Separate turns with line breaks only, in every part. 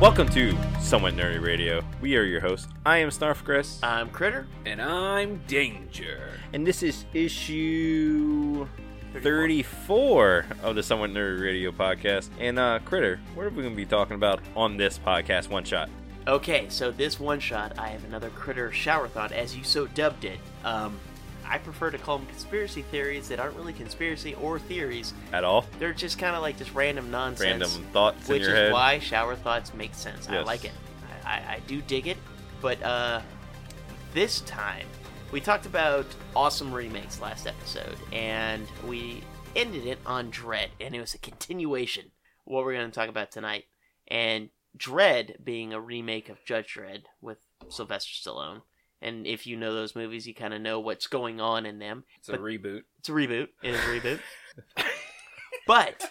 Welcome to Somewhat Nerdy Radio. We are your hosts. I am Snarf Chris,
I'm Um, Critter.
And I'm Danger.
and this is issue 34 of the Somewhat Nerdy Radio podcast. And uh, Critter, what are we going to be talking about on this podcast one shot?
Okay, so this one shot, I have another critter shower thought, as you so dubbed it. Um, I prefer to call them conspiracy theories that aren't really conspiracy or theories.
At all?
They're just kind of like just random nonsense.
Random thoughts
which
in your
is
head?
why shower thoughts make sense. I
Yes.
like it. I, I, I do dig it. But uh, this time, we talked about awesome remakes last episode, and we ended it on Dread, and it was a continuation. of What we're going to talk about tonight, and Dread being a remake of Judge Dredd with Sylvester Stallone. And if you know those movies, you kind of know what's going on in them.
It's a
But-
reboot.
It's a reboot. It is a reboot. but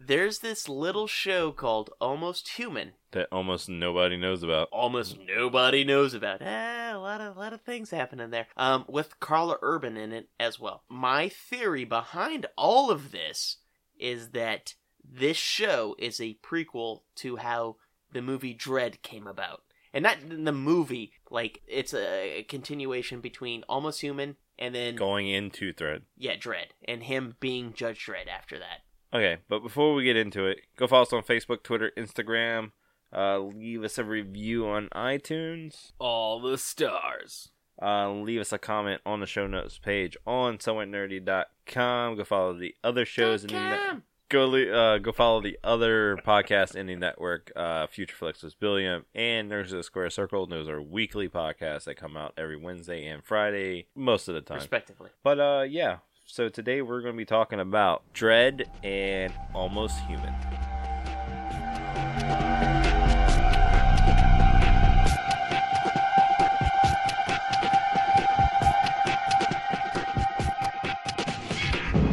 there's this little show called Almost Human.
That almost nobody knows about.
Almost nobody knows about. Ah, a lot of lot of things happening there. Um, with Carla Urban in it as well. My theory behind all of this is that this show is a prequel to how the movie Dread came about. And not in the movie, like it's a continuation between Almost Human and then
Going into Thread.
yeah, Dread, and him being Judge Dread after that.
Okay, but before we get into it, go follow us on Facebook, Twitter, Instagram. Uh, leave us a review on iTunes.
All the stars.
Uh, leave us a comment on the show notes page on somewhatnerdy.com. Go follow the other shows in the net- go le- uh, go follow the other podcasts in the network. Uh, Future Flex was Billion and Nerds of the Square Circle. And those are weekly podcasts that come out every Wednesday and Friday most of the time.
respectively.
But uh, yeah. So today we're going to be talking about Dread and Almost Human.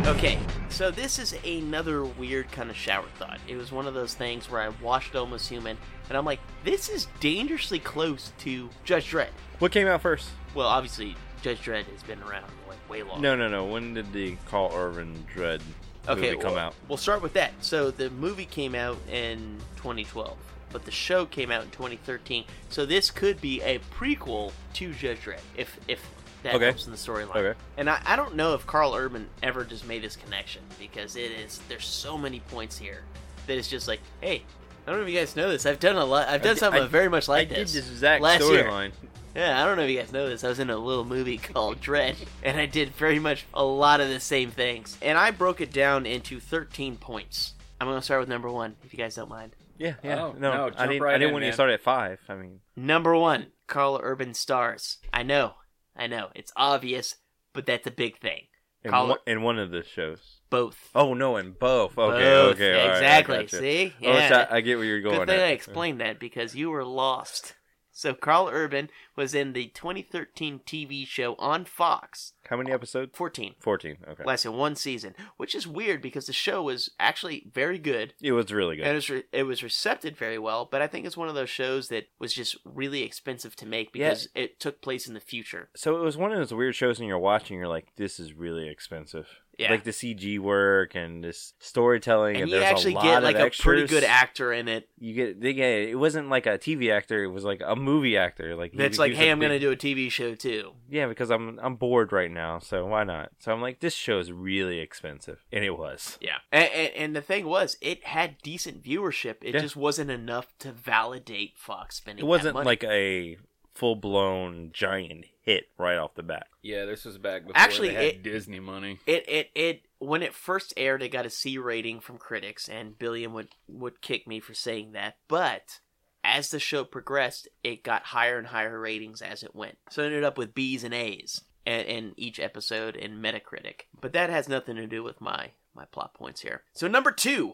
Okay, so this is another weird kind of shower thought. It was one of those things where I watched Almost Human, and I'm like, this is dangerously close to Judge Dredd.
What came out first?
Well, obviously, Judge Dredd has been around like way long.
No, no, no. When did the Carl Urban Dread movie
okay,
come
well,
out?
We'll start with that. So the movie came out in 2012, but the show came out in 2013. So this could be a prequel to Judge Dredd, if if that
Okay.
helps in the storyline.
Okay.
And I, I don't know if Carl Urban ever just made this connection because it is there's so many points here that it's just like, hey, I don't know if you guys know this. I've done a lot. I've done
did-
something
I-
very much like
I
this.
did this exact
last year.
storyline.
Yeah, I don't know if you guys know this. I was in a little movie called Dread, and I did very much a lot of the same things. And I broke it down into 13 points. I'm going to start with number one, if you guys don't mind.
Yeah, yeah.
Oh,
no,
no,
I
jump
didn't.
right
I didn't
in,
want you to
man.
start at five. I mean,
Number one, Carl Urban stars. I know, I know, it's obvious, but that's a big thing.
in,
Call
one,
it-
in one of the shows.
Both.
Oh no, in both. Okay,
Both.
okay, all right, I
Exactly.
gotcha.
See?
Oh, it's-
Yeah.
I, I get where you're going.
Good thing
at.
I explained that because you were lost. So Carl Urban was in the 2013 TV show on Fox,
How many episodes?
14,
Fourteen. Okay,
lasted one season, which is weird because the show was actually very good.
it was really good.
And it was, re- it was received very well, but I think it's one of those shows that was just really expensive to make
Yeah.
because it took place in the future.
so it was one of those weird shows, and you're watching, you're like, "This is really expensive."
Yeah.
Like the CG work and this storytelling,
and
and,
you
there's
actually
a lot
get
of
like a
extras.
pretty good actor in it
You get, they get, it wasn't like a TV actor; it was like a movie actor. Like he-
that's
he
like,
was
hey,
a
I'm
big-
going to do a TV show too.
Yeah, because I'm I'm bored right now, so why not? So I'm like, this show is really expensive, and it was.
Yeah. And, and, and the thing was, it had decent viewership. It
Yeah.
just wasn't enough to validate Fox spending
It wasn't
that money.
like a full blown giant hit right off the bat.
Yeah, this was back before
Actually,
they had
it-
Disney money.
it, it, it, when it first aired, it got a C rating from critics, and Billion would, would kick me for saying that. But as the show progressed, it got higher and higher ratings as it went. So it ended up with B's and A's in, in each episode in Metacritic. But that has nothing to do with my, my plot points here. So number two.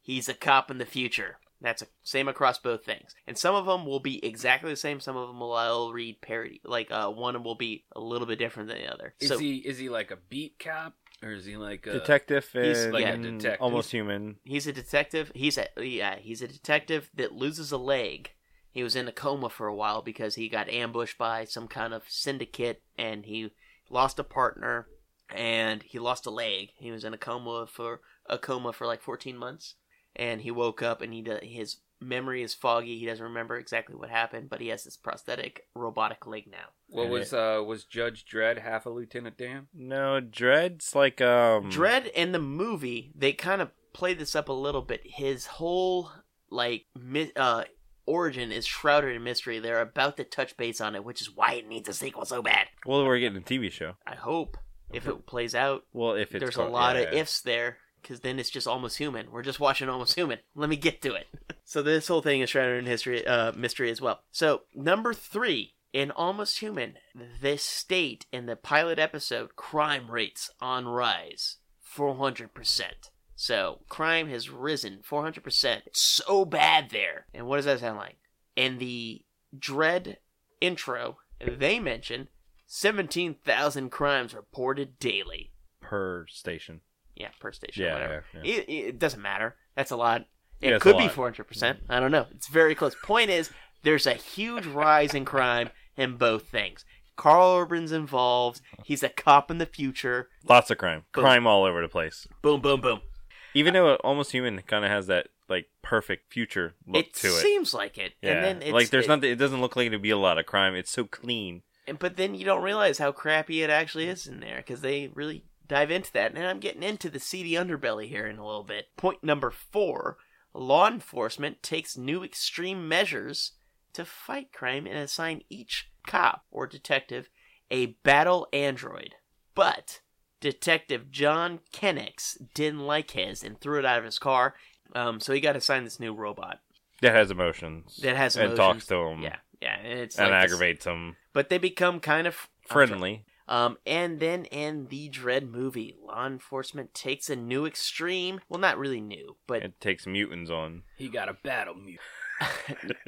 he's a cop in the future. That's a, same across both things, and some of them will be exactly the same. Some of them will I'll read parody, like uh, one will be a little bit different than the other.
Is
so
he is he like a beat cop or is he like a
detective
he's
and
like a
detective.
almost human.
he's a detective. He's a yeah, he's a detective that loses a leg. He was in a coma for a while because he got ambushed by some kind of syndicate, and he lost a partner, and he lost a leg. He was in a coma for a coma for like 14 months, and he woke up and he d- his memory is foggy. He doesn't remember exactly what happened, but he has this prosthetic robotic leg now.
What
And
was uh was Judge Dredd half a Lieutenant Dan?
No, Dread's like um
Dread in the movie, they kind of play this up a little bit. His whole like mi- uh, origin is shrouded in mystery. They're about to touch base on it, which is why it needs a sequel so bad.
Well, we're getting a TV show.
I hope if it plays out,
Well, if it's
there's
called-
a lot
yeah,
of
yeah.
ifs there because then it's just almost human. We're just watching almost human. Let me get to it. So this whole thing is shrouded in history, uh, mystery as well. So number three in almost human, this state in the pilot episode, crime rates on rise, four hundred percent. So crime has risen four hundred percent. So bad there. And what does that sound like? In the dread intro, they mention seventeen thousand crimes reported daily.
per station.
Yeah, per station.
Yeah,
whatever.
yeah,
It, it doesn't matter. That's a lot. It
Yeah, it's a
could be
lot.
400%. I don't know. It's very close. Point is, there's a huge rise in crime in both things. Carl Urban's involved. He's a cop in the future.
Lots of crime,
Boom.
crime all over the place.
Boom, boom, boom.
Even though Almost Human kind of has that like perfect future look
it
to it.
seems like it.
Yeah,
And then it's,
like there's
it-
nothing. It doesn't look like to be a lot of crime. It's so clean.
and- But then you don't realize how crappy it actually is in there because they really dive into that. And I'm getting into the seedy underbelly here in a little bit. Point number four law enforcement takes new extreme measures to fight crime and assign each cop or detective a battle android. But Detective John Kennex didn't like his and threw it out of his car. Um, so he got assigned this new robot
That has emotions.
that has
and
emotions.
talks to him.
Yeah, yeah, and it's
and
like this-
aggravates him.
but they become kind of
Friendly.
um, and then in the Dread movie, law enforcement takes a new extreme. Well, not really new, but
It takes mutants on.
He got a battle mute.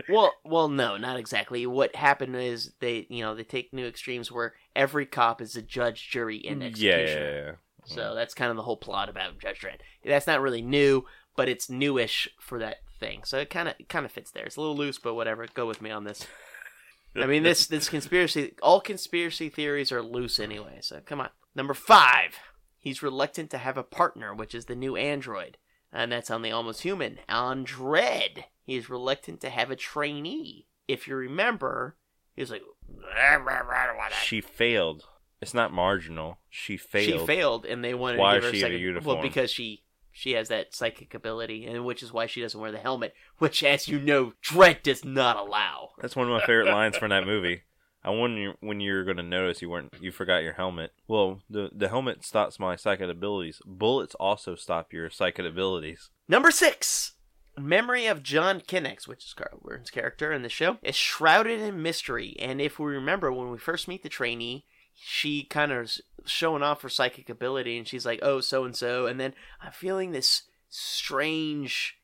well, well, no, not exactly. What happened is they, you know, they take new extremes where every cop is a judge, jury, and
Mm, Yeah,
executioner.
yeah, yeah.
So that's kind of the whole plot about Judge Dredd. That's not really new, but it's newish for that thing. So it kind of kind of fits there. It's a little loose, but whatever. Go with me on this. I mean, this this conspiracy. All conspiracy theories are loose anyway. So come on. Number five. He's reluctant to have a partner, which is the new android, and that's on the Almost Human. On Dread, he is reluctant to have a trainee. If you remember, he was like, "I don't want that."
She failed. It's not marginal. She failed.
She failed, and they wanted
Why
to
is
give her
she in
a
a
second. Well,
uniform?
because she she has that psychic ability, and which is why she doesn't wear the helmet, which, as you know, Dredd does not allow.
That's one of my favorite lines from that movie. I wonder when you're going to notice you weren't you forgot your helmet. Well, the the helmet stops my psychic abilities. Bullets also stop your psychic abilities.
Number six. Memory of John Kinnex, which is Carl Urban's character in the show, is shrouded in mystery. And if we remember, when we first meet the trainee, she kind of is showing off her psychic ability, and she's like, "Oh, so and so," and then I'm feeling this strange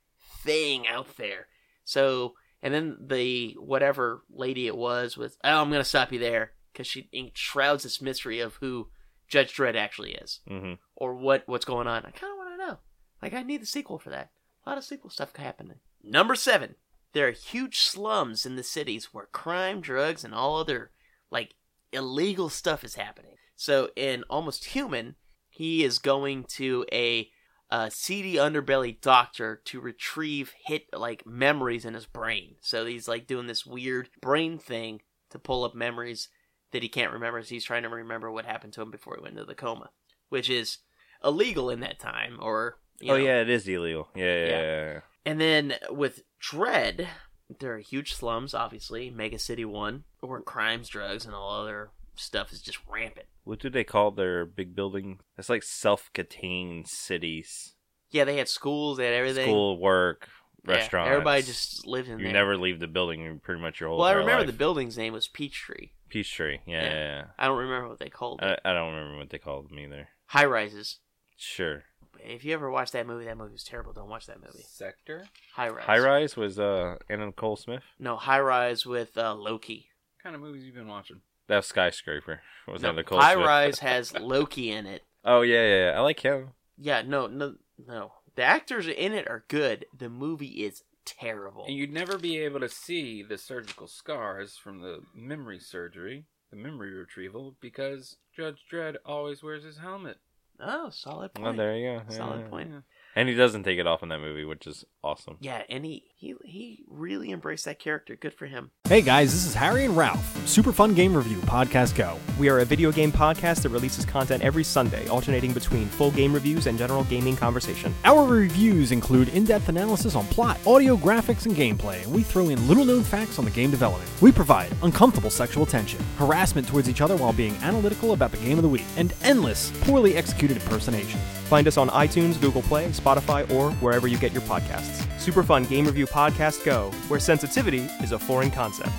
thing out there. So, and then the whatever lady it was was, "Oh, I'm gonna stop you there," because she shrouds this mystery of who Judge Dredd actually is
hmm
or what what's going on. I kind of want to know. Like I need the sequel for that. A lot of sequel stuff happening. Number seven, there are huge slums in the cities where crime, drugs, and all other like illegal stuff is happening. So in Almost Human, he is going to a, a seedy underbelly doctor to retrieve hit like memories in his brain. So he's like doing this weird brain thing to pull up memories that he can't remember. So he's trying to remember what happened to him before he went into the coma, which is illegal in that time. Or you
Oh
know,
yeah, it is illegal. Yeah, yeah.
Yeah.
yeah, yeah.
and then with Dread, there are huge slums, obviously, Mega City 1, where crimes, drugs, and all other stuff is just rampant.
What do they call their big building? It's like self-contained cities.
Yeah, they had schools, they had everything.
School, work,
Yeah,
restaurants.
everybody just lived in
you
there.
never leave the building you pretty much your whole
well, I
entire
remember the
life.
building's name was Peachtree.
Peachtree. Yeah,
Yeah.
yeah. yeah.
I don't remember what they called it.
I, I don't remember what they called them either.
High rises.
Sure.
If you ever watched that movie, that movie was terrible. Don't watch that movie.
Sector?
High rise.
High Rise was uh Anna Nicole Smith.
No, high rise with uh, Loki.
What kind of movies you been watching?
That was skyscraper. Was
No,
Anna Nicole
high
Smith.
rise has Loki in it.
Oh yeah, yeah, yeah. I like him.
Yeah, no, no, no. The actors in it are good. The movie is terrible.
And you'd never be able to see the surgical scars from the memory surgery, the memory retrieval, because Judge Dredd always wears his helmet.
Oh, solid
Well,
point.
there you go. Yeah,
Solid
yeah.
point.
And he doesn't take it off in that movie, which is awesome.
Yeah, and he he he really embraced that character. Good for him.
Hey guys, this is Harry and Ralph from Super Fun Game Review Podcast Go.
We are a video game podcast that releases content every Sunday, alternating between full game reviews and general gaming conversation.
Our reviews include in depth analysis on plot, audio, graphics, and gameplay, and we throw in little known facts on the game development. We provide uncomfortable sexual tension, harassment towards each other while being analytical about the game of the week, and endless, poorly executed impersonations.
Find us on iTunes, Google Play, Spotify, or wherever you get your podcasts. Super Fun Game Review Podcast Go, where sensitivity is a foreign concept.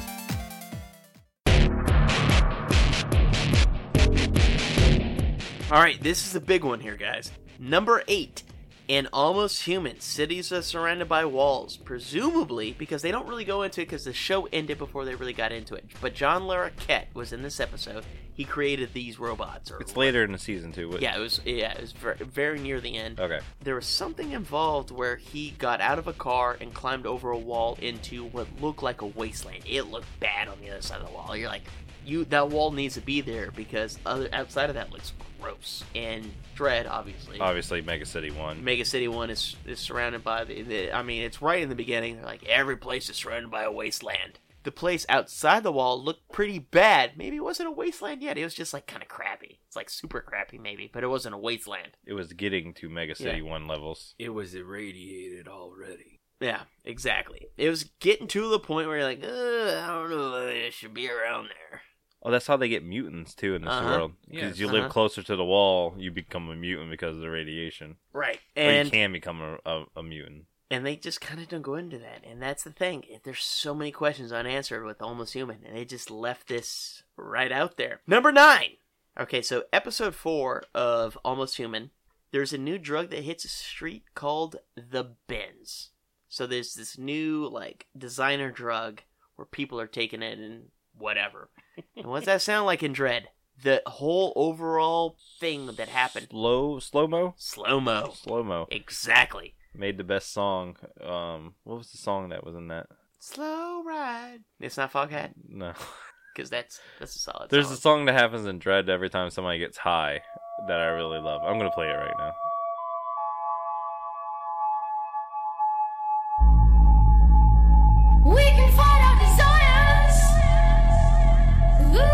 All right, this is the big one here, guys. Number eight. In Almost Human, cities are surrounded by walls, presumably because they don't really go into it because the show ended before they really got into it. But John Larroquette was in this episode. He created these robots. Or
It's later in the season too. What,
Yeah, it was. Yeah, it was very, very near the end.
Okay.
There was something involved where he got out of a car and climbed over a wall into what looked like a wasteland. It looked bad on the other side of the wall. You're like, you that wall needs to be there because other outside of that looks gross and dread, obviously.
Obviously, Mega City One.
Mega City One is is surrounded by the, the. I mean, it's right in the beginning. They're like every place is surrounded by a wasteland. The place outside the wall looked pretty bad. Maybe it wasn't a wasteland yet. It was just like kind of crappy. It's like super crappy, maybe, but it wasn't a wasteland.
it was getting to Mega City One levels.
It was irradiated already.
Yeah, exactly. It was getting to the point where you're like, "Ugh, I don't know if I should be around there.
Oh, that's how they get mutants too in this
Uh-huh.
world. Because
Yes.
you
Uh-huh.
live closer to the wall, you become a mutant because of the radiation,
Right.
or
And
you can become a, a, a mutant.
and they just kind of don't go into that. And that's the thing. There's so many questions unanswered with Almost Human, and they just left this right out there. Number nine. Okay, so episode four of Almost Human, there's a new drug that hits a street called the Benz. So there's this new like designer drug where people are taking it and whatever. and what's that sound like in Dread? The whole overall thing that happened.
Slow, slow mo,
Slow mo.
slow mo.
Exactly.
Made the best song. Um, what was the song that was in that?
Slow ride. It's not Foghat
No,
because that's that's a solid.
there's
song.
a song that happens in Dread every time somebody gets high that I really love. I'm gonna play it right now.
We can fight our desires. Ooh.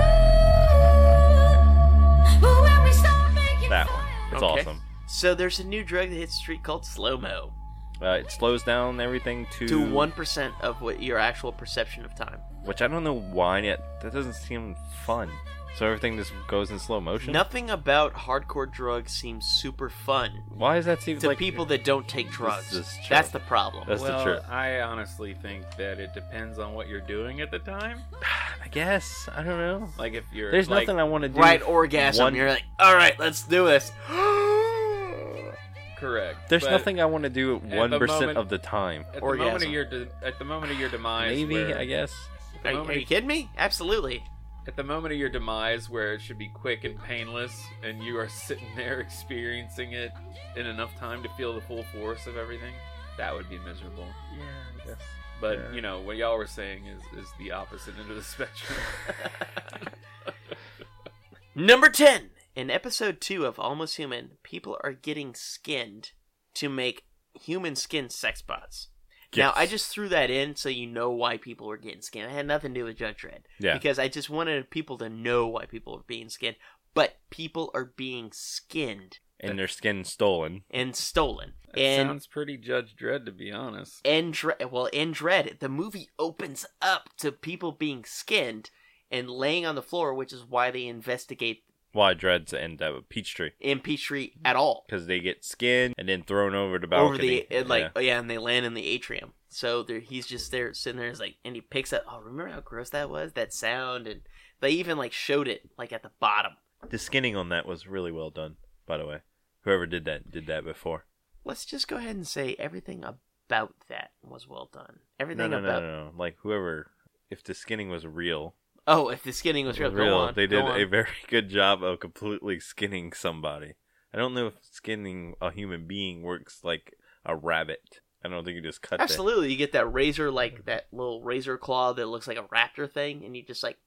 But when we start making
That one,
fire-
it's
Okay.
awesome.
So there's a new drug that hits the street called slow mo
Uh, it slows down everything to
to one percent of what your actual perception of time.
which I don't know why yet. That doesn't seem fun. So everything just goes in slow motion.
Nothing about hardcore drugs seems super fun
Why does that seem
to
like
people that don't take drugs.
is true.
That's the problem.
That's the
well,
truth.
I honestly think that it depends on what you're doing at the time.
I guess I don't know.
Like if you're
There's
like,
nothing I want to do.
right orgasm.
one-
You're like, all right, let's do this.
correct.
There's
but
nothing I want to do
the
one percent
moment-
of the time.
at the moment
orgasm.
of your de- at the moment of your demise.
Maybe
where-
I guess.
At the,
Are, you-
moment,
are you kidding me? Absolutely.
at the moment of your demise, where it should be quick and painless, and you are sitting there experiencing it in enough time to feel the full force of everything, that would be miserable.
Yeah, I guess.
But
Yeah.
you know what y'all were saying is is the opposite end of the spectrum.
Number 10. In episode 2 of Almost Human, people are getting skinned to make human skin sex bots. Now,
Yes.
I just threw that in so you know why people were getting skinned. It had nothing to do with Judge Dredd.
Yeah.
Because I just wanted people to know why people were being skinned. But people are being skinned
And their skin stolen.
and stolen.
That
and
sounds pretty Judge Dredd, to be honest.
and Dre- well in dread the movie opens up to people being skinned and laying on the floor which is why they investigate
Why dreads end up with Peachtree?
in peachtree at all
Because they get skinned and then thrown over the
over
balcony.
the it, like
Yeah.
oh, yeah. and they land in the atrium so there he's just there sitting there is like and he picks up oh remember how gross that was that sound and they even like showed it like at the bottom
the skinning on that was really well done. By the way, whoever did that did that before.
let's just go ahead and say everything about that was well done
No,
everything
no, no,
about
no, no. Like whoever, if the skinning was real,
oh if the skinning was real, go on,
they
go
did
on.
a very good job of completely skinning somebody. I don't know if skinning a human being works like a rabbit. I don't think you just cut that.
Absolutely, you get that razor like that little razor claw that looks like a raptor thing, and you just like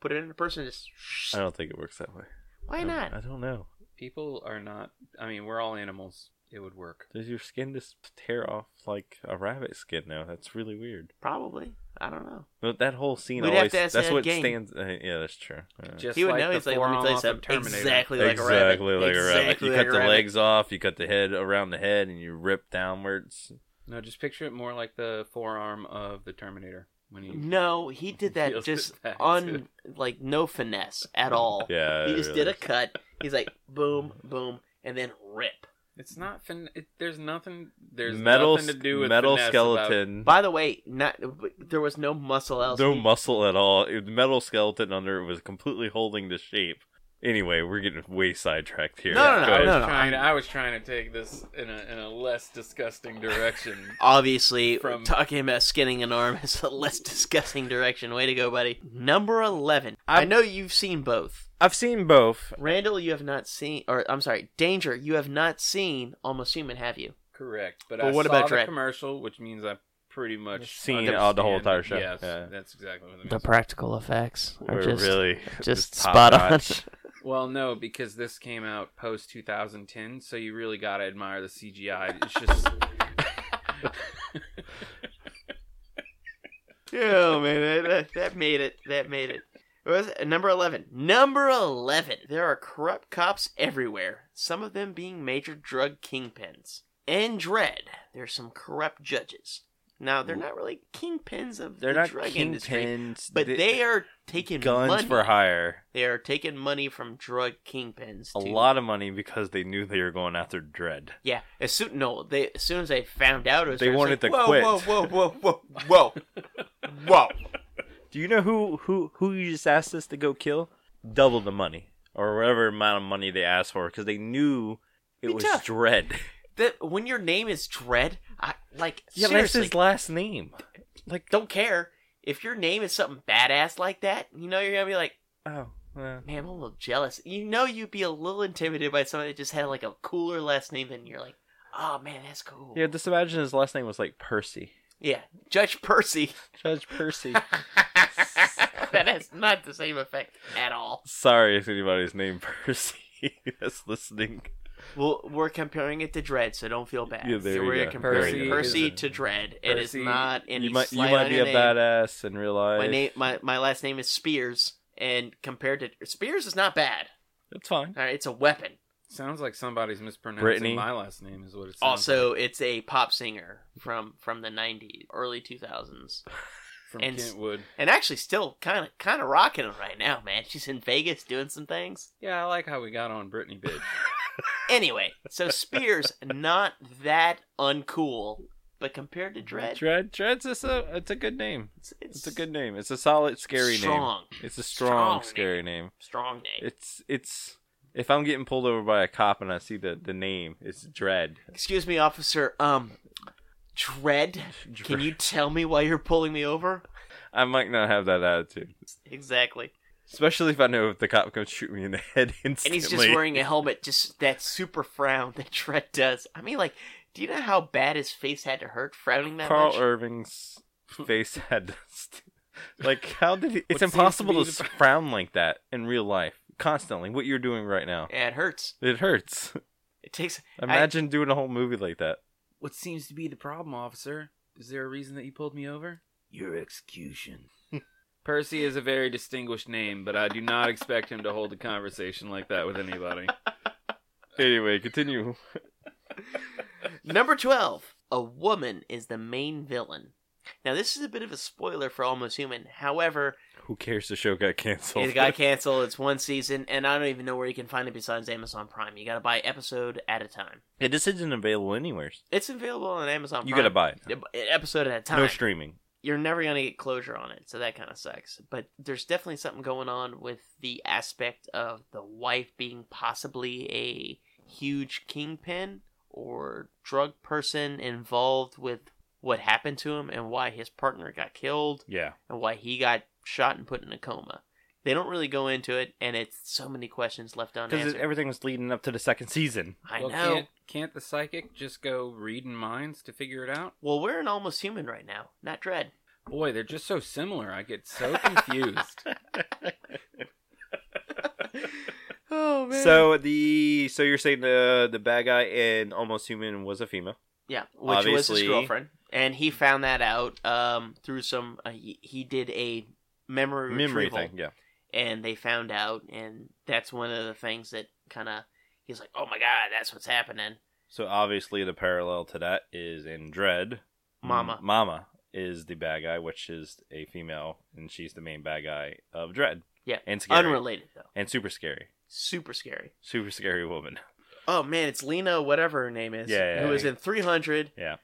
put it in the person. And
I
just
don't think it works that way.
why
I don't-
not?
I don't know.
People are not. I mean, we're all animals. It would work.
Does your skin just tear off like a rabbit skin now? That's really weird.
Probably. I don't know.
But that whole scene
We'd have
always
to ask
that's
Ed
what
Gein.
stands uh, yeah, that's true. Yeah.
Just
he would
like
know.
the
He's like, let me
forearm
tell you
off of
something.
Terminator.
Exactly like a rabbit.
exactly like a rabbit.
Exactly
You
like
cut
a
the
rabbit.
legs off, you cut the head around the head and you rip downwards.
No, just picture it more like the forearm of the Terminator when he
No, he did that
Feels
just
it back,
un
too.
like no finesse at all.
Yeah.
he
it
just
really
did a
is.
cut. He's like boom, boom, and then rip.
It's not fin. It, there's nothing. There's
metal
nothing to do with
metal
finesse
skeleton.
By the way, not there was no muscle else.
no
He-
muscle at all. It- The metal skeleton under it was completely holding the shape. Anyway, we're getting way sidetracked here.
No, no, no,
Go ahead.
no,
About,
no.
trying to, I was trying to take this in a in a less disgusting direction.
Obviously,
From-
talking about skinning an arm is a less disgusting direction. Way to go, buddy. Number 11. I know you've seen both.
I've seen both.
Randall, you have not seen, or I'm sorry, Danger, you have not seen Almost Human, have you?
Correct. But
Well,
I
what
saw
about
the
Dredd?
commercial, which means I pretty much
Seen it all the whole entire show.
Yes,
Yeah.
that's exactly what I mean.
The practical effects are
We're
just,
really
just
top
spot on.
notch.
Well, no, because this came out post 2010, so you really gotta admire the CGI. It's just
yeah, Oh, man, that, that made it. That made it. What was it? Number 11. Number 11. There are corrupt cops everywhere, some of them being major drug kingpins. And Dread, there's some corrupt judges. Now, they're not really kingpins of
They're
the
not
drug industry,
kingpins,
but they, are taking
guns
money.
for hire.
They are taking money from drug kingpins.
A
to-
lot of money because they knew they were going after Dread.
Yeah, as soon no, they as soon as they found out, it was
They
there, it's
wanted
like,
to
whoa,
quit."
Whoa, whoa, whoa, whoa, whoa, whoa!
Do you know who who who you just asked us to go kill? Double the money or whatever amount of money they asked for because they knew it
Be
was
tough.
Dread.
That when your name is Dread, I like
Yeah, but that's
seriously
his last name. Like,
don't care if your name is something badass like that. You know you're gonna be like,
oh, well,
man, I'm a little jealous. You know you'd be a little intimidated by someone that just had like a cooler last name than you. you're like, oh man, that's cool.
yeah. Just imagine his last name was like Percy,
yeah. Judge Percy.
Judge Percy.
that has not the same effect at all.
Sorry if anybody's named Percy that's listening.
Well, we're comparing it to Dread, so don't feel bad.
Yeah, there you
we're
go.
comparing
Percy
Percy,
is a-
to Dread. It is
Percy-
not any
you might you
slight
might
on
be
your
a
name.
badass in real life.
My name, my, my last name is Spears, and compared to Spears is not bad.
It's fine.
All right, it's a weapon.
sounds like somebody's mispronouncing
Brittany.
my last name is what it sounds like.
Also, it's a pop singer from from the '90s, early 2000s,
from
and-
Kentwood.
and actually still kind of kind of rocking it right now, man. She's in Vegas doing some things.
Yeah, I like how we got on Brittany bitch.
Anyway, so Spears not that uncool, but compared to Dread,
Dread Dread's just a it's a good name.
it's, it's,
It's a good name. It's a solid scary name.
strong,
It's a strong,
Strong
scary name.
strong name.
It's it's if I'm getting pulled over by a cop and I see the the name, it's Dread.
Excuse me, officer. Um, Dread, can you tell me why you're pulling me over?
I might not have that attitude,
Exactly.
especially if I know if the cop comes shoot me in the head instantly.
And he's just wearing a helmet, just that super frown that Dread does. I mean, like, do you know how bad his face had to hurt frowning that
Carl
much?
Irving's face had like how did he, it's
seems to
impossible
be
to,
the-
frown like that in real life constantly. What you're doing right now,
yeah, it hurts.
it hurts.
It takes.
Imagine doing a whole movie like that.
what seems to be the problem, officer? Is there a reason that you pulled me over? Your execution. Percy is a very distinguished name, but I do not expect him to hold a conversation like that with anybody.
Anyway, continue.
I- number twelve. A woman is the main villain. Now, this is a bit of a spoiler for Almost Human. However,
Who cares? The show got canceled.
it got canceled. It's one season, and I don't even know where you can find it besides Amazon Prime. You got to buy episode at a time.
Yeah, this isn't available anywhere.
It's available on Amazon.
You
Prime.
gotta buy it.
Yeah, but Episode at a time.
No streaming.
you're never going to get closure on it, so that kind of sucks. But there's definitely something going on with the aspect of the wife being possibly a huge kingpin or drug person involved with what happened to him and why his partner got killed
Yeah.
and why he got shot and put in a coma. They don't really go into it, and it's so many questions left
Because
unanswered.
everything was leading up to the second season.
I
Well,
know.
Can't, can't the psychic just go reading minds to figure it out?
Well, we're in Almost Human right now, not Dread.
Boy, they're just so similar. I get so confused.
Oh man.
So the so you're saying the the bad guy in Almost Human was a female.
Yeah, which was his
Obviously-
girlfriend, and he found that out um, through some. Uh, he, he did a memory
Memory
retrieval,
thing, yeah.
and they found out, and that's one of the things that kind of he's like, "Oh my god, that's what's happening."
So obviously the parallel to that is in Dread.
Mama.
M- Mama is the bad guy, which is a female, and she's the main bad guy of Dread.
Yeah,
And scary.
unrelated though,
And super scary.
super scary.
Super scary woman.
Oh man, it's Lena, whatever her name is,
Yeah, yeah,
who was
yeah.
in Three Hundred,
Yeah.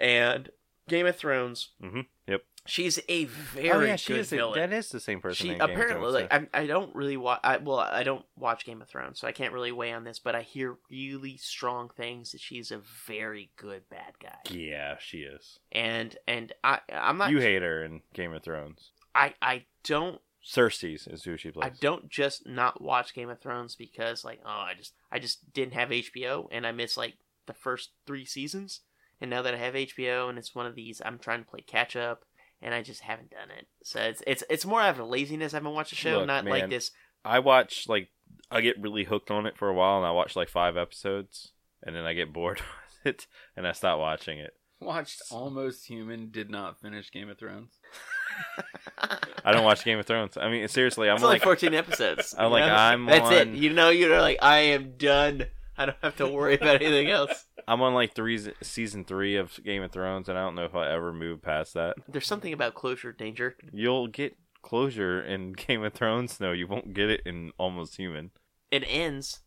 and Game of Thrones.
Mhm. Yep.
She's a very good villain.
that Oh, is the same person.
she apparently like I, I don't really watch I, well i don't watch game of thrones so i can't really weigh on this but i hear really strong things that she's a very good bad guy
yeah, she is.
and and i i'm not
You hate her in Game of Thrones.
i i don't
Cersei's is who she
i
plays.
don't just not watch game of thrones because like oh i just i just didn't have hbo and i missed like the first three seasons and now that i have hbo and it's one of these i'm trying to play catch up and i just haven't done it so it's it's it's more out of laziness i haven't watched the show
Look,
not like
man,
this
I watch like I get really hooked on it for a while, and I watch like five episodes, and then I get bored with it, and I stop watching it.
Watched Almost Human, did not finish Game of Thrones.
I don't watch Game of Thrones. I mean, seriously, I'm
it's only
like
14 episodes.
I'm
you
like,
know?
I'm
That's it.
on-
You know, you're like, I am done. I don't have to worry about anything else.
I'm on like three season three of Game of Thrones, and I don't know if I ever move past that.
There's something about closure danger.
You'll get closure in Game of Thrones. No, you won't get it in Almost Human.
It ends,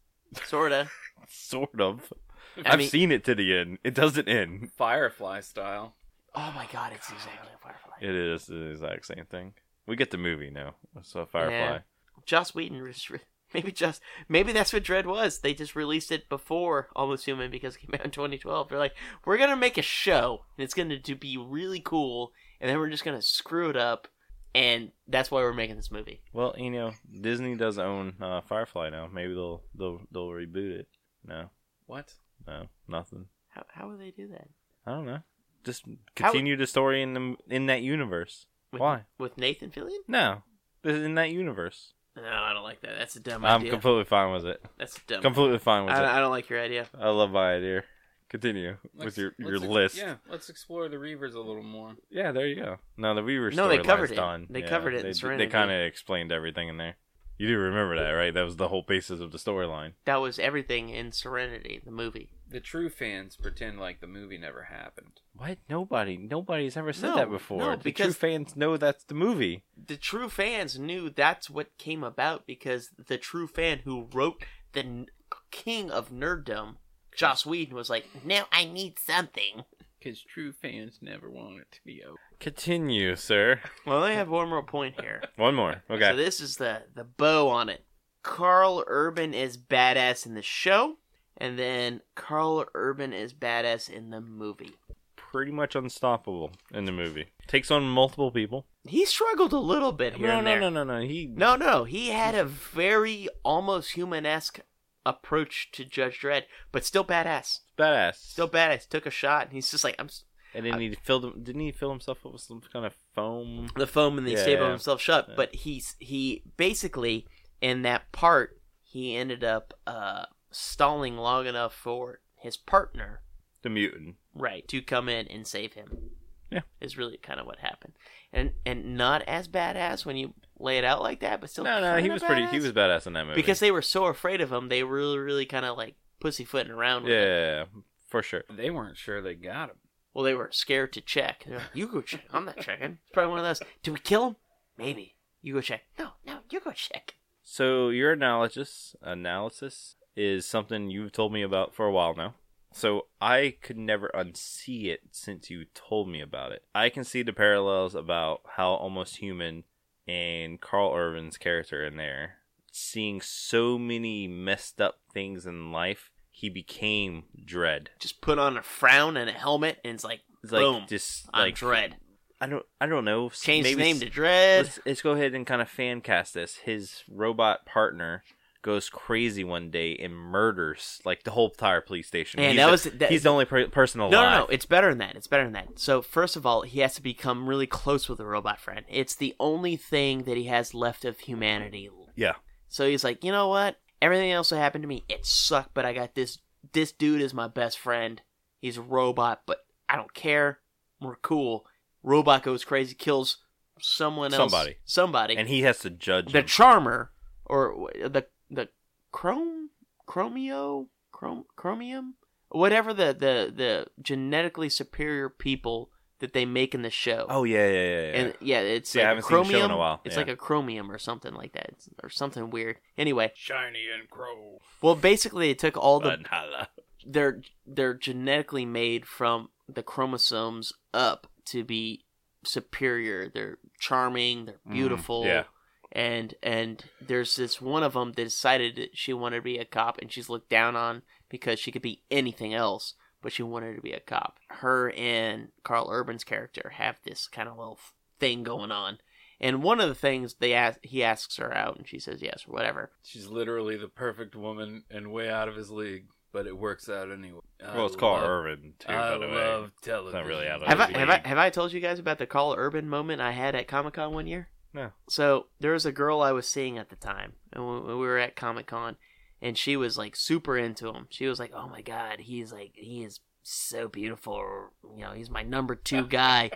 sorta.
Sort of. I
I
have
mean-
seen it to the end. It doesn't end.
Firefly style.
oh my god, it's exactly like Firefly.
It is the exact same thing. We get the movie now. So Firefly.
Joss Whedon just re- maybe just maybe that's what Dread was. They just released it before Almost Human because it came out in 2012. They're like, we're gonna make a show and it's gonna do- be really cool, and then we're just gonna screw it up, and that's why we're making this movie.
Well, you know, Disney does own uh, Firefly now. Maybe they'll they'll they'll reboot it. No,
What?
no, nothing.
How how would they do that?
I don't know. Just
How-
continue the story in the in that universe.
With,
Why?
With Nathan Fillion?
No, this is in that universe.
No, I don't like that. That's a dumb
I'm
idea.
completely fine with it.
That's a dumb.
Completely fine with
I,
it.
I don't like your idea.
I love my idea. Continue with
Let's-
your your
let's ex-
list.
Yeah, let's explore the Reavers a little more.
Yeah, there you go. No, the Weaver
No, they
storyline's
covered it.
done.
They
Yeah,
covered it in
They,
Serenity.
they kind of explained everything in there. You do remember that, right? That was the whole basis of the storyline.
That was everything in Serenity, the movie.
The true fans pretend like the movie never happened.
What? Nobody, nobody's ever said
No,
that before.
no,
The true
because-
fans know that's the movie.
The true fans knew that's what came about because the true fan who wrote the n- king of nerddom, Joss Whedon, was like, "Now I need something."
Because true fans never want it to be over.
Continue, sir.
Well, I have one more point here.
One more. Okay.
So this is the the bow on it. Carl Urban is badass in the show, and then Carl Urban is badass in the movie.
Pretty much unstoppable in the movie. Takes on multiple people.
He struggled a little bit here
no,
and
no,
there.
no, no, no. He
No, no, he had a very almost human esque approach to Judge Dredd, but still badass.
badass.
Still badass. Took a shot, and he's just like, I'm s-
and then he filled. him- Didn't he fill himself up with some kind of foam?
the foam and the
Yeah,
stable
yeah.
himself shut. But he's he basically in that part he ended up uh, stalling long enough for his partner
The mutant.
right to come in and save him.
Yeah.
is really kind of what happened, and and not as badass when you lay it out like that, but still
No, no, he
kinda
was pretty. He
badass.
was badass in that movie.
because they were so afraid of him, they were really kind of like pussyfooting around. With
yeah,
it.
yeah, yeah, for sure.
They weren't sure they got him.
Well, they were scared to check. They're like, you go check. I'm not checking. It's probably one of those. Do we kill him? Maybe. You go check. No, no, you go check.
So your analysis analysis is something you've told me about for a while now. So I could never unsee it since you told me about it. I can see the parallels about how almost human and Carl Urban's character in there seeing so many messed up things in life, he became dread.
Just put on a frown and a helmet, and it's like,
It's like
boom.
just
I'm
like
Dread.
I don't I don't know.
Change his
maybe
name
s-
to Dread.
let's, let's go ahead and kind of fan cast this. His robot partner goes crazy one day and murders like the whole entire police station.
Man,
he's
that
the,
was- that-
he's the only per- person alive.
No, no, no. It's better than that. It's better than that. So, first of all, he has to become really close with a robot friend. It's the only thing that he has left of humanity.
Yeah,
So he's like, you know what? Everything else that happened to me, it sucked, but I got this. This dude is my best friend. He's a robot, but I don't care. We're cool. Robot goes crazy, kills someone else.
Somebody.
Somebody.
and he has to judge
the
him.
Charmer, or wh- the the Chrome, Chromio, Chrome, Chromium, whatever the, the, the genetically superior people that they make in the show.
oh yeah, yeah, yeah, yeah.
And yeah, it's
See, I haven't
like a
seen the show
chromium.
in a while,
It's
yeah.
like a chromium or something like that, It's- or something weird. Anyway,
Shiny and crow.
well, basically, they took all
Uh,
the
Banhala.
they're they're genetically made from the chromosomes up to be superior. They're charming. They're beautiful.
yeah.
And and there's this one of them that decided that she wanted to be a cop, and she's looked down on because she could be anything else, but she wanted to be a cop. Her and Carl Urban's character have this kind of little thing going on, and one of the things they ask, he asks her out, and she says yes or whatever.
She's literally the perfect woman and way out of his league, but it works out anyway. I
Well, it's Carl
love-
Urban too,
I
by the way.
love television.
It's not really out of
have I,
That'd be
have I have I told you guys about the Carl Urban moment I had at Comic Con one year?
No.
So there was a girl I was seeing at the time, and we, we were at Comic Con, and she was like super into him. She was like, "Oh my god, he's like he is so beautiful. or, You know, he's my number two guy."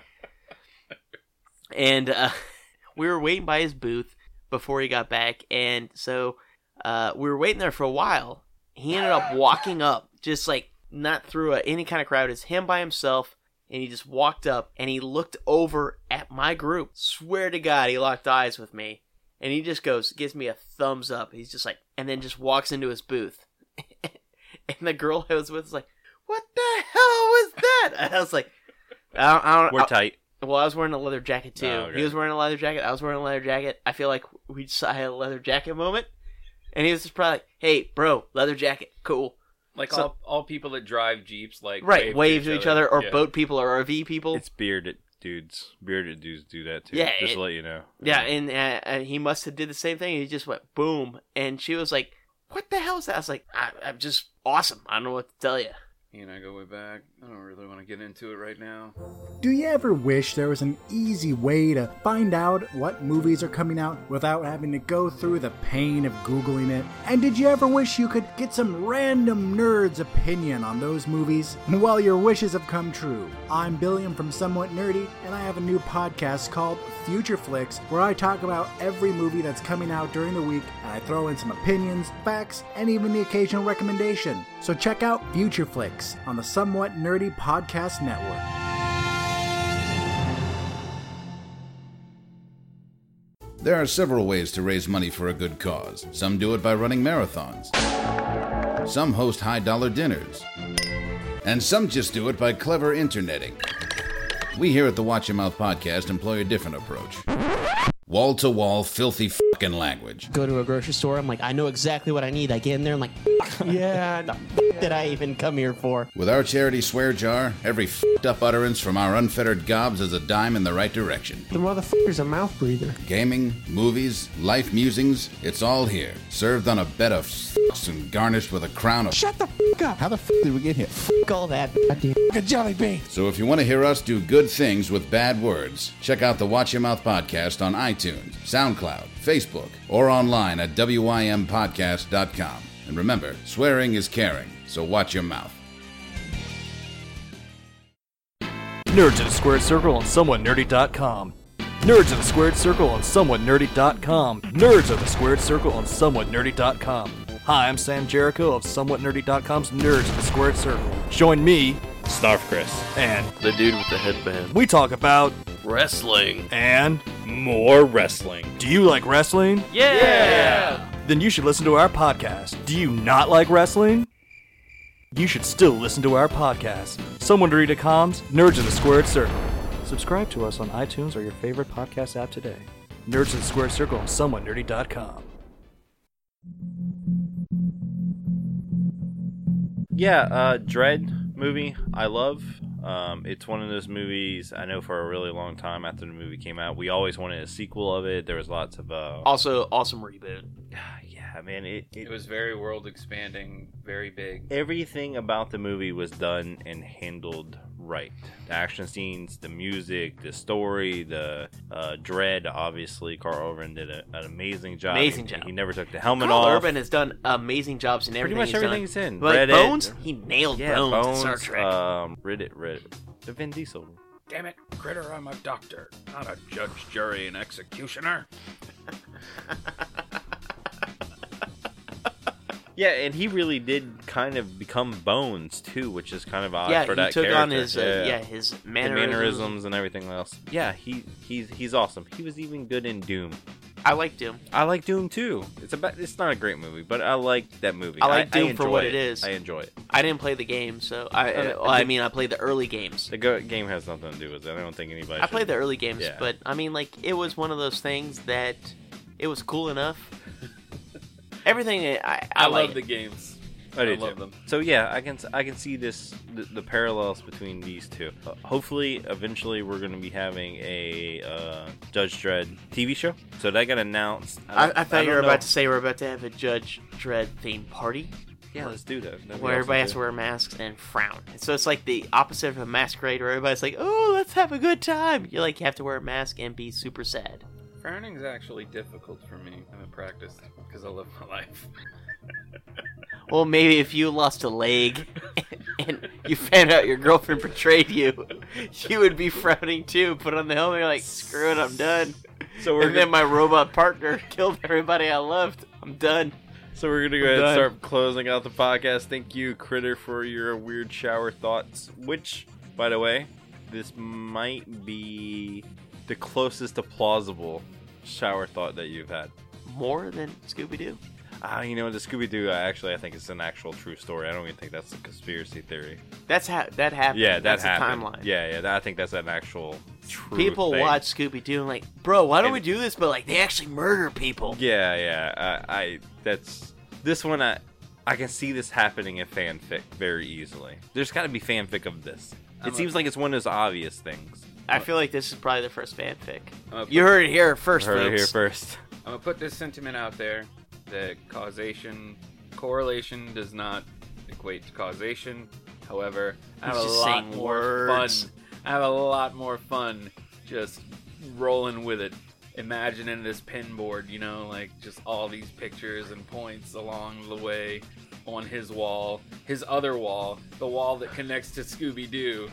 and uh, we were waiting by his booth before he got back, and so uh, we were waiting there for a while. He ended up walking up, just like not through a, any kind of crowd. It's him by himself and he just walked up and he looked over at my group. Swear to God, he locked eyes with me, and he just goes, gives me a thumbs up. He's just like, and then just walks into his booth, and the girl I was with is like, "What the hell was that?" And I was like, "I don't, I don't,
We're tight.
well, I was wearing a leather jacket too.
Oh, okay.
He was wearing a leather jacket. I was wearing a leather jacket. I feel like we just I had a leather jacket moment, and he was just probably like, "Hey, bro, leather jacket, cool."
Like
So-
all, all people that drive jeeps, like
Right, wave, to each other, or
Yeah.
boat people or RV people.
It's bearded dudes. Bearded dudes do that too.
Yeah,
just
it-
to let you know.
Yeah, and, uh, and he must have did the same thing. He just went boom, and she was like, "What the hell is that?" I was like, I, "I'm just awesome. I don't know what to tell you."
You and I go way back. I don't really want to get into it right now.
Do you ever wish there was an easy way to find out what movies are coming out without having to go through the pain of Googling it? And did you ever wish you could get some random nerd's opinion on those movies? Well, your wishes have come true. I'm Billiam from Somewhat Nerdy, and I have a new podcast called Future Flicks where I talk about every movie that's coming out during the week and I throw in some opinions, facts, and even the occasional recommendation. So check out Future Flicks on the Somewhat Nerdy Podcast Network.
There are several ways to raise money for a good cause. Some do it by running marathons, some host high dollar dinners, and some just do it by clever interneting. We here at the Watch Your Mouth podcast employ a different approach wall to wall, filthy fing language.
go to a grocery store. I'm like, I know exactly what I need. I get in there. I'm like, yeah, the f- did I even come here for?
With our charity swear jar, every fed up utterance from our unfettered gobs is a dime in the right direction.
The motherfucker's a mouth breather.
Gaming, movies, life musings, it's all here, served on a bed of f's and garnished with a crown of
Shut the f- up. How the f- did we get here? F- all that. Goddamn. A jelly bean.
So if you want to hear us do good things with bad words, check out the Watch Your Mouth podcast on iTunes, SoundCloud, Facebook, or online at wympodcast.com. And remember, swearing is caring, so watch your mouth.
Nerds in a Squared Circle on SomewhatNerdy.com. Nerds in a Squared Circle on SomewhatNerdy.com. Nerds of the Squared Circle on SomewhatNerdy.com. Hi, I'm Sam Jericho of SomewhatNerdy.com's Nerds in the Squared Circle. Join me,
Snarf Chris.
and
The dude with the headband.
we talk about
Wrestling.
and
More wrestling.
do you like wrestling?
Yeah.
Then you should listen to our podcast. Do you not like wrestling? You should still listen to our podcast. SomewhatNerdy.com's Nerds in the Squared Circle. Subscribe to us on iTunes or your favorite podcast app today. Nerds in the Squared Circle on SomewhatNerdy.com.
Yeah, uh, Dread movie I love. Um, it's one of those movies I know for a really long time after the movie came out. We always wanted a sequel of it. There was lots of uh,
Also, awesome reboot.
yeah, man. It,
It
it
was very world expanding, very big.
everything about the movie was done and handled right. The action scenes, the music, the story, the uh, dread. Obviously, Carl Urban did a, an amazing job.
Amazing
He-
job.
He never took the helmet
Carl
off.
Urban has done amazing jobs in
Pretty
everything.
much
he's
everything
done.
he's in.
Like
Red Ed.
Bones, he nailed
yeah,
Bones, in
Bones.
Star Trek.
Um, Reddit, Reddit. The Vin Diesel.
Damn it, Critter, I'm a doctor, not a judge, jury, and executioner.
Yeah, and he really did kind of become Bones too, which is kind of odd
yeah,
for
he
that
took
character.
on his uh, yeah. his
The
mannerisms.
mannerisms and everything else. Yeah, he he's he's awesome. He was even good in Doom.
I liked him.
I like Doom too. It's about it's not a great movie, but I like that movie.
I like Doom for
enjoy
what it is.
I enjoy it.
I didn't play the game, so I
Okay.
uh, well, I mean I played the early games.
The go- game has nothing to do with it. I don't think anybody.
I played the early games,
Yeah.
but I mean like it was one of those things that it was cool enough. Everything I I,
I,
like
love
it.
the games.
I, do
love
too.
them.
So yeah, I can s- I can see this the, the parallels between these two. Uh, hopefully, eventually, we're going to be having a uh, Judge Dredd TV show. So that got announced.
I,
don't-
I thought you
don't
were
know.
about to say we're about to have a Judge Dredd themed party
Yeah, let's do that. That'd be
where
awesome,
everybody has
too.
to wear masks and frown. And so it's like the opposite of a masquerade where everybody's like, "Oh, let's have a good time." You like you have to wear a mask and be super sad.
Frowning's actually difficult for me. I haven't practiced because I live my life.
Well, maybe if you lost a leg and you found out your girlfriend betrayed you, you would be frowning too. Put on the helmet, you're like, "Screw it, I'm done."
So
and
we're gonna,
then my robot partner killed everybody I loved. I'm done.
so we're gonna go ahead and
done.
start closing out the podcast. Thank you, Critter, for your weird shower thoughts. Which, by the way, this might be the closest to plausible shower thought that you've had.
More than Scooby Doo.
Ah, you know the Scooby Doo. Actually, I think it's an actual true story. I don't even think that's a conspiracy theory.
That's how that happened.
Yeah, that
that's
happened.
the timeline.
Yeah, yeah. That, I think that's an actual true.
People
thing.
watch Scooby Doo and like, bro, why don't
And-
we do this? But like, they actually murder people.
Yeah, yeah. I, I that's this one. I I can see this happening in fanfic very easily. There's got to be fanfic of this. It
I'm a-
seems like it's one of those obvious things.
I feel like this is probably the first fanfic.
I'm gonna
You heard it here
I
first,
Uh, Heard it
folks.
here first.
I'm gonna put this sentiment out there that causation, correlation does not equate to causation. However, I have
He's
a
just
lot
saying
more
words.
fun. I have a lot more fun just rolling with it, imagining this pin board. You know, like just all these pictures and points along the way on his wall, his other wall, the wall that connects to Scooby Doo.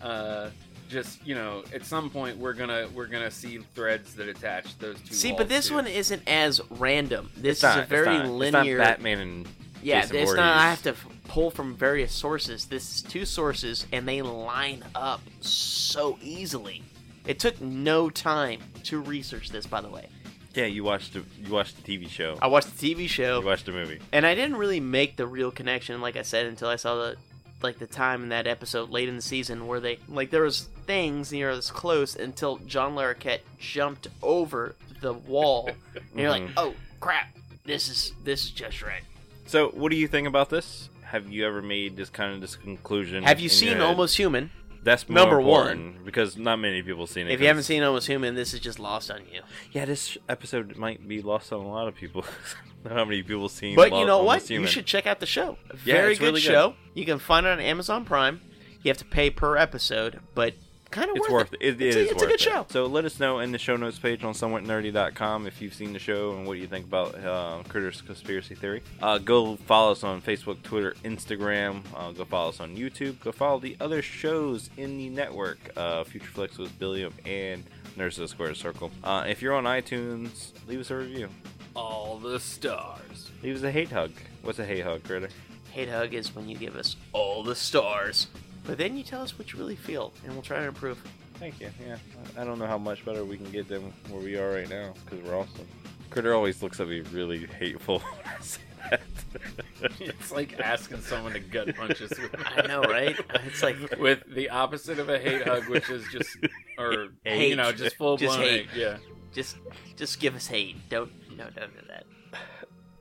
Uh, just you know, at some point we're gonna we're gonna see threads that attach those two.
See, but
walls
this
too.
one isn't as random.
It's
This is
not,
a very
it's not,
linear.
It's not Batman and
yeah,
Jason
it's
Voorhees.
not. I have to f- pull from various sources. This is two sources, and they line up so easily. It took no time to research this, by the way.
Yeah, you watched the, you watched the TV show.
I watched the TV
You
show,
watched the movie.
and I didn't really make the real connection, like I said, until I saw the like the time in that episode late in the season where they like there was things near as close until John Larroquette jumped over the wall, and you're like,
Mhm.
oh crap, this is this is just right.
So, what do you think about this? Have you ever made this kind of this conclusion?
Have
in
you
your
seen
head?
Almost Human?
That's more
number
important because not many people have seen it.
If you haven't
'cause-
seen Almost Human, this is just lost on you.
yeah, this episode might be lost on a lot of people. not how many people seen.
But
Lo-
you know
Almost
what? You
Human.
should check out the show. A
Yeah,
Very
it's
good
really good.
show. You can find it on Amazon Prime. You have to pay per episode, but kind of
It's
worth,
worth it. it,
it's
it's
a, it's a
worth
good
it.
show.
So let us know in the show notes page on somewhatnerdy.com if you've seen the show and what you think about uh, Critters Conspiracy Theory. Uh, go follow us on Facebook, Twitter, Instagram. Uh, go follow us on YouTube. Go follow the other shows in the network. Uh, Future Flex with Billiam and Nurse of the Square Circle. Uh, if you're on iTunes, leave us a review.
all the stars.
Leave us a hate hug. What's a hate hug, Critter?
Hate hug is when you give us all the stars, but then you tell us what you really feel, and we'll try to improve.
Thank you. Yeah, I I don't know how much better we can get than where we are right now because we're awesome. Critter always looks at me really hateful when I say that.
It's like asking someone to gut punch us with,
I know, right? It's like
with the opposite of a hate hug, which is just or
Hate.
you know just full
Just
blown
hate.
hate. Yeah.
just just give us hate. Don't no don't do that.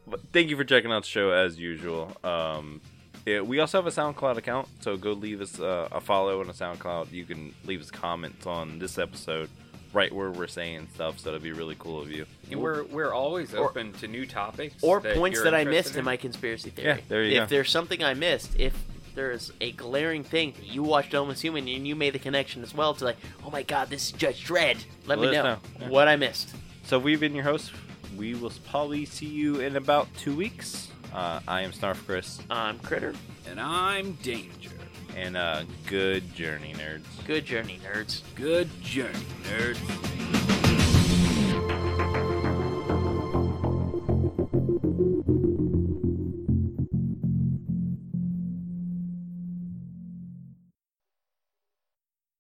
But thank you for checking out the show as usual. Um, yeah, we also have a SoundCloud account, so go leave us uh, a follow on a SoundCloud. You can leave us comments on this episode, right where we're saying stuff. So it'd be really cool of you.
And we're we're always
Or-
open to new topics
or points
you're
that I
interested
missed in
in
my conspiracy theory.
Yeah, there you
if
go.
there's something I missed, if there is a glaring thing that you watched Almost Human and you made the connection as well to like, oh my god, this is Judge Dredd.
Let
Let me know,
us know.
what I missed.
So we've been your hosts. We will probably see you in about two weeks. Uh, I am Snarf Chris,
I'm Um, Critter.
And I'm Danger.
and uh, good journey, nerds.
Good journey, nerds.
Good journey, nerds.